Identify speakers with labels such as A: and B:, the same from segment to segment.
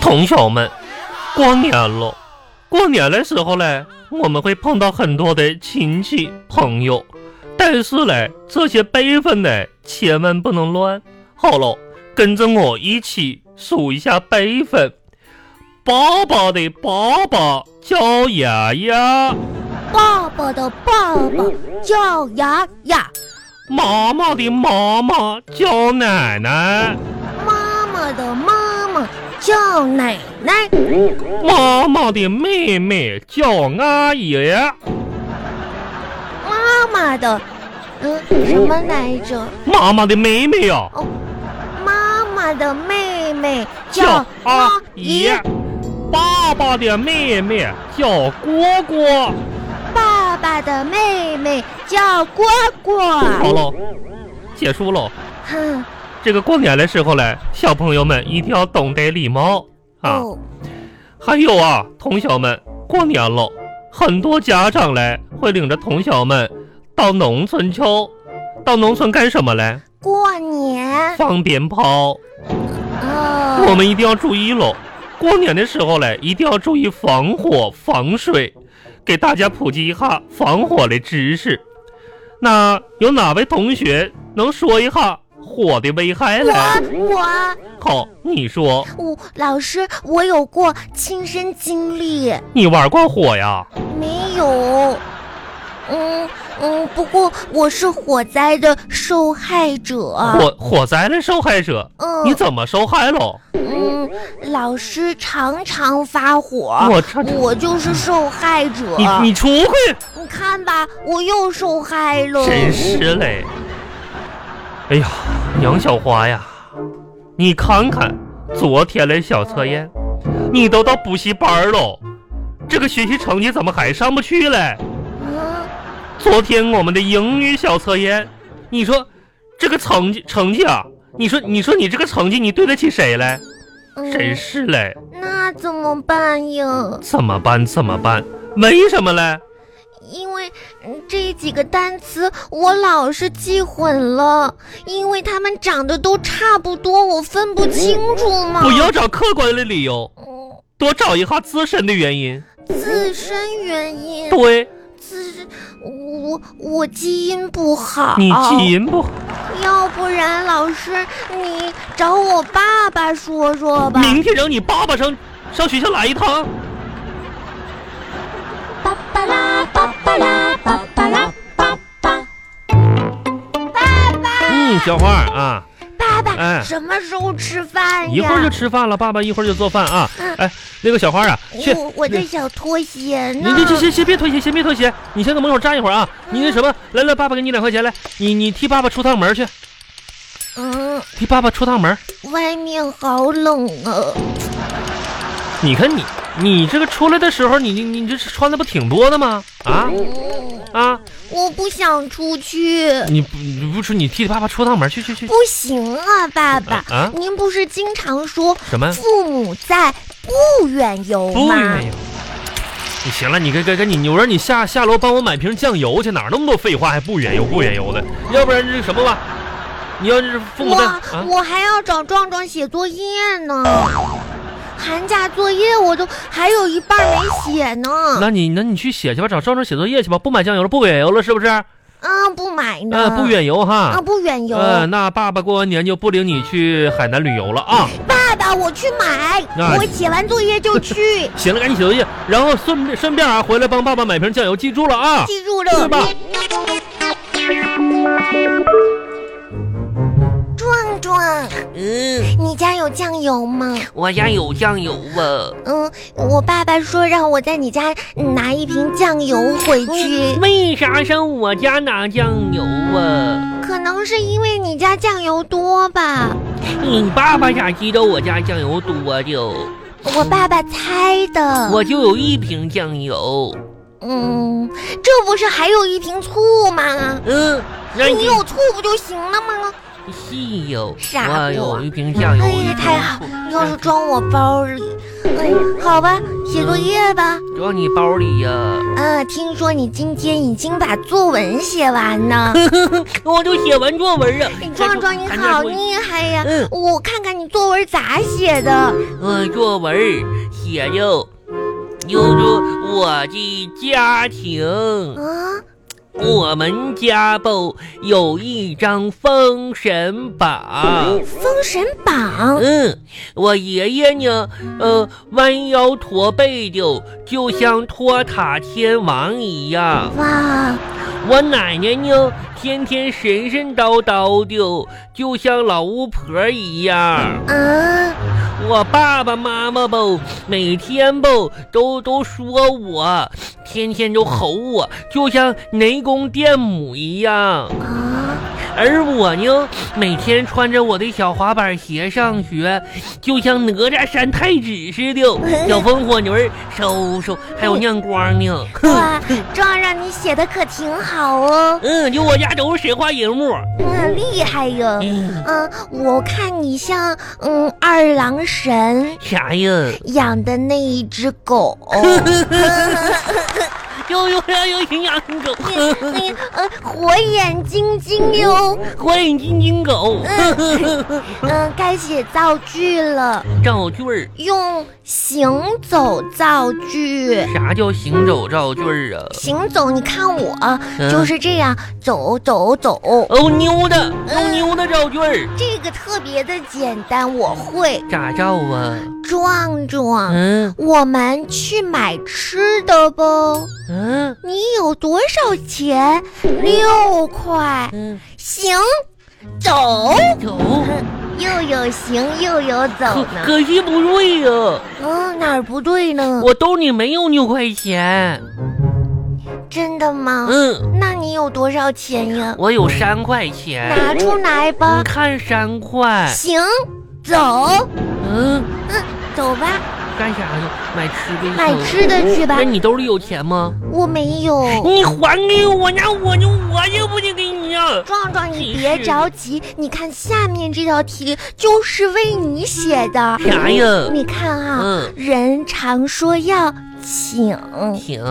A: 同学们，过年了，过年的时候嘞，我们会碰到很多的亲戚朋友，但是嘞，这些辈分嘞，千万不能乱。好了，跟着我一起数一下辈分。爸爸的爸爸叫爷爷，
B: 爸爸的爸爸叫雅雅，
A: 妈妈的妈妈叫奶奶，
B: 妈妈的妈妈叫奶奶，
A: 妈妈的妹妹叫阿姨。
B: 妈妈的，嗯，什么来着？
A: 妈妈的妹妹呀、
B: 哦，妈妈的妹妹
A: 叫
B: 叫
A: 阿
B: 阿
A: 姨
B: 姨，，
A: 爸爸的妹妹叫蝈蝈。
B: 啊爸爸的妹妹叫蝈蝈。
A: 好了，结束了。
B: 哼，
A: 这个过年的时候嘞，小朋友们一定要懂得礼貌啊。
B: 哦，
A: 还有啊，同学们，过年了，很多家长嘞会领着同学们到农村去，到农村干什么嘞？
B: 过年
A: 放鞭炮。我
B: 哦，
A: 们一定要注意喽！过年的时候嘞，一定要注意防火防水，给大家普及一下防火的知识。那有哪位同学能说一下火的危害嘞？
B: 我我。
A: 好，你说
B: 我哦老师，我有过亲身经历，
A: 你玩过火呀？
B: 没有。嗯嗯，不过我是火灾的受害者。
A: 火火灾的受害者，你
B: 啊嗯
A: 怎么受害喽？
B: 嗯，老师常常发火，
A: 我这这
B: 我就是受害者。
A: 你你出去！
B: 你看吧，我又受害了。
A: 真是嘞！哎呀，杨小花呀，你看看昨天的小测验，你都到补习班喽，这个学习成绩怎么还上不去嘞？
B: 嗯，
A: 昨天我们的英语小测验，你说这个成绩成绩啊，你说你说你这个成绩，你对得起谁嘞？
B: 嗯
A: 真是嘞，
B: 那怎么办呀？
A: 怎么办？怎么办？为什么嘞？
B: 因为嗯这几个单词我老是记混了，因为它们长得都差不多，我分不清楚嘛。
A: 不要找客观的理由，
B: 嗯，
A: 多找一下自身的原因。
B: 自身原因，
A: 对
B: 自身我我基因不好，
A: 你基因不好。
B: 要不然老师你找我爸爸说说吧。
A: 明天让你爸爸上上学校来一趟。
B: 巴巴拉巴巴拉巴巴拉巴巴，
A: 嗯，小花儿啊，
B: 爸爸、
A: 哎
B: 什么时候吃哎饭呀？嗯
A: 一会儿就吃饭了，爸爸一会儿就做饭啊。哎，那个小花儿啊，去，
B: 我我的小拖鞋
A: 你
B: 呢？
A: 这
B: 嗯
A: 这先先别脱鞋，先别脱鞋，你先在门口站一会儿啊。你那什么，来来，爸爸给你两块钱，来，你你替爸爸出趟门去，
B: 嗯。
A: 替爸爸出趟门。
B: 外面好冷啊！
A: 你看你你这个出来的时候，你你你这穿的不挺多的吗？啊
B: 嗯
A: 啊，
B: 我不想出去，
A: 你不你不出，你替爸爸出趟门去去去
B: 不。行啊，爸爸！
A: 啊啊
B: 您不是经常说
A: 什么？
B: 父母在，不远游
A: 不
B: 吗？
A: 愿意。你行了，你跟跟跟你，我让你下下楼帮我买瓶酱油去，哪儿那么多废话，还不远游不远游的，要不然这什么吧？你要是父母
B: 我、
A: 在啊，
B: 我还要找壮壮写作业呢，寒假作业我都还有一半没写呢。
A: 那你那你去写去吧，找赵正写作业去吧，不买酱油了，不远游了，是不是？啊，
B: 啊，不买呢。
A: 不远游
B: 啊，
A: 哈。
B: 不远游。
A: 呃，那爸爸过完年就不领你去海南旅游了啊。
B: 爸爸，我去买，
A: 那，
B: 我写完作业就去
A: 行了，赶紧写作业，然后顺便顺便啊，回来帮爸爸买瓶酱油，记住了啊。
B: 记住
A: 是
B: 了。
A: 吧？
B: 壮壮，
C: 嗯，
B: 你家有酱油吗？
C: 我家有酱油啊。
B: 嗯，我爸爸说让我在你家拿一瓶酱油回去，
C: 为啥上我家拿酱油啊？
B: 可能是因为你家酱油多吧，
C: 你爸爸咋知道我家酱油多啊就？
B: 我爸爸猜的。
C: 我就有一瓶酱油。
B: 嗯，这不是还有一瓶醋吗？
C: 嗯，那
B: 你
C: 你
B: 有醋不就行了吗？
C: 是有，
B: 傻瓜
C: 我有一瓶酱油。啊
B: 哎
C: 一
B: 呀
C: 瓶，
B: 太好
C: 醋
B: 了！要是装我包里，嗯，好吧，写作业吧。
C: 装你包里呀、
B: 啊，听说你今天已经把作文写完 呢。
C: 我都写完作文了。
B: 壮壮，你
C: 咱再
B: 好
C: 说一
B: 厉害呀！
C: 嗯
B: 我看看你作文咋写的。
C: 我嗯作文儿写着，就是我的家庭。
B: 啊，
C: 我们家吧有一张封神榜。
B: 封神榜。
C: 嗯，我爷爷呢，呃，弯腰驼背的，就像托塔天王一样。
B: 哇，
C: 我奶奶呢，天天神神叨叨的，就像老巫婆一样。
B: 啊，
C: 我爸爸妈妈吧，每天吧都都说我，天天都吼我，就像雷公电母一样。
B: 啊，
C: 而我呢，每天穿着我的小滑板鞋上学，就像哪吒山太子似的，小风火轮儿收收，还有亮光呢。
B: 哇，壮让你写的可挺好哦，
C: 嗯，就我家都是神话人物。
B: 嗯，厉害哟。
C: 嗯，
B: 嗯，我看你像嗯二郎神
C: 啥呀？
B: 养的那一只狗。嗯
C: 又又又又营养狗，
B: 哎呀呃，火眼金睛哟。
C: 火影金睛狗，
B: 嗯，该写造句了，
C: 造句儿。
B: 用行走造句。
C: 啥叫行走造句儿啊？
B: 行走，你看我
C: 嗯
B: 就是这样走走走，
C: 哦，妞的，用妞的造句儿，
B: 这个特别的简单，我会。
C: 咋造啊？
B: 壮壮，
C: 嗯
B: 我们去买吃的吧。
C: 嗯
B: 你有多少钱？六块。
C: 嗯，
B: 行，走。
C: 走，
B: 又有行又有走
C: 可
B: 呢。
C: 可惜不对呀、
B: 嗯，哪儿不对呢？
C: 我兜里没有六块钱。
B: 真的吗？
C: 嗯，
B: 那你有多少钱呀？
C: 我有三块钱，
B: 拿出来吧
C: 你。看三块，
B: 行，走，
C: 嗯，
B: 走吧，
C: 干啥去？买吃的去？
B: 买吃的去吧
C: 那。你兜里有钱吗？
B: 我没有。
C: 你还给我，那我就我就不得给你呀、
B: 壮壮，你
C: 真
B: 别
C: 是
B: 着急，你看下面这道题就是为你写的。
C: 啥呀
B: 你看啊，
C: 嗯，
B: 人常说要请、
C: 行，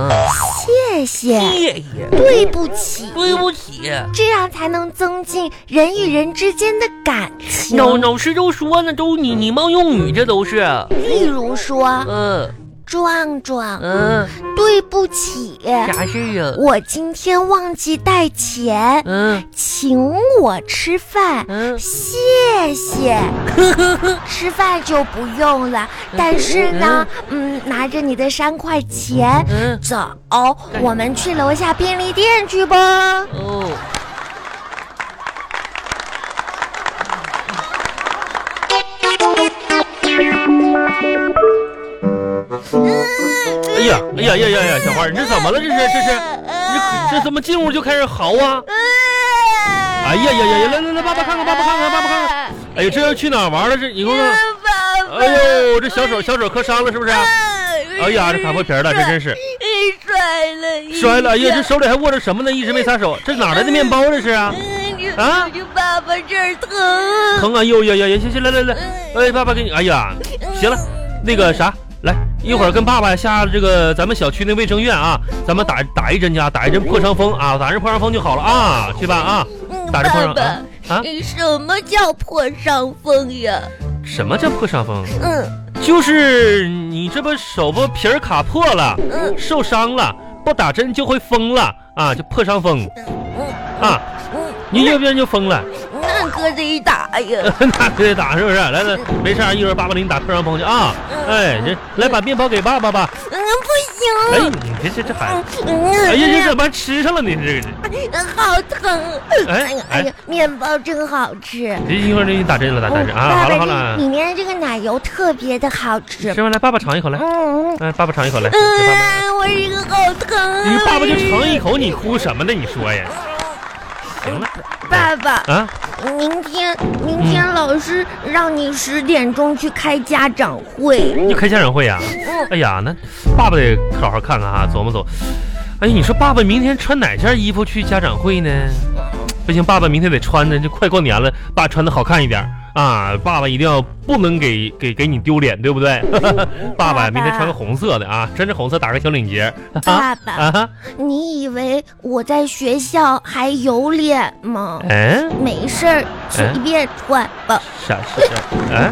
B: 谢谢、
C: 谢谢，
B: 对不起，
C: 对不起。
B: 这样才能增进人与人之间的感情。
C: 老老师都说呢，都你礼貌用语，这都是。
B: 例如说，
C: 嗯
B: 壮壮，
C: 嗯，
B: 对不起，
C: 啥事儿啊？
B: 我今天忘记带钱，
C: 嗯
B: 请我吃饭。
C: 嗯，
B: 谢 谢，吃饭就不用了，但是呢，嗯，拿着你的三块钱
C: 嗯
B: 走，我们去楼下便利店去吧。
C: 哦，
A: 哎呀，哎呀呀呀呀，小花，你这怎么了？这是这是，你这怎么进屋就开始嚎啊？哎呀呀呀呀！来来来，爸爸看看，爸爸看看，爸爸看看。哎呀，这要去哪儿玩了？这你给我看看。哎呦，这小手小手磕伤了是不是？哎呀，这卡破皮儿了，这真是
B: 摔了，
A: 摔了。哎呀，这手里还握着什么呢？一直没撒手。这哪来的面包这是啊？
B: 哎
A: 啊
B: 这爸爸这儿疼。
A: 疼啊！呦呀呀呀！行行，来来来，哎，爸爸给你。哎呀，行了，那个啥，来一会儿跟爸爸下这个咱们小区那卫生院啊，咱们打打一针去啊，打一针破伤风啊，打一针破伤风就好了啊，去吧啊。
B: 嗯
A: 打着破伤
B: 爸爸
A: 啊啊
B: 什么叫破伤风呀？
A: 什么叫破伤风？
B: 嗯
A: 就是你这不手不皮儿卡破了，
B: 嗯
A: 受伤了，不打针就会疯了啊，就破伤风
B: 嗯
A: 啊，
B: 嗯，
A: 你要不然就疯了，
B: 那可得打呀。
A: 那得打是不是？来来，没事儿，一会儿爸爸给你打破伤风去啊。哎，这来把面包给爸爸吧。
B: 嗯，不
A: 哎，
B: 行。
A: 你这这这孩子，
B: 嗯，
A: 哎
B: 哎
A: 呀，这怎么吃上了你这个？
B: 好疼！
A: 哎
B: 哎呀
A: 哎
B: 哎呀，面包真好吃。
A: 这一会儿给你打针了，打针啊！
B: 爸
A: 好了
B: 爸
A: 好
B: 这
A: 了，
B: 里面这个奶油特别的好吃。
A: 吃完来，爸爸尝一口来。
B: 嗯嗯
A: 哎，爸爸尝一口来。给爸爸，
B: 嗯，我这个好疼。
A: 你爸爸就尝一口，你哭什么呢？你说呀？行了
B: 爸爸，
A: 啊。
B: 明天明天老师让你十点钟去开家长会。
A: 又开家长会呀、
B: 嗯
A: 哎呀，那爸爸得好啊好看看哈、琢磨琢磨。哎，你说爸爸明天穿哪件衣服去家长会呢？不行，爸爸明天得穿着，这快过年了，爸穿的好看一点啊！爸爸一定要不能给给给你丢脸，对不对？ 爸爸明天穿个红色的啊，穿着红色打个小领结
B: 爸爸，
A: 啊！
B: 你以为我在学校还有脸吗？
A: 嗯、
B: 没事儿，随便穿吧。
A: 啥事？嗯、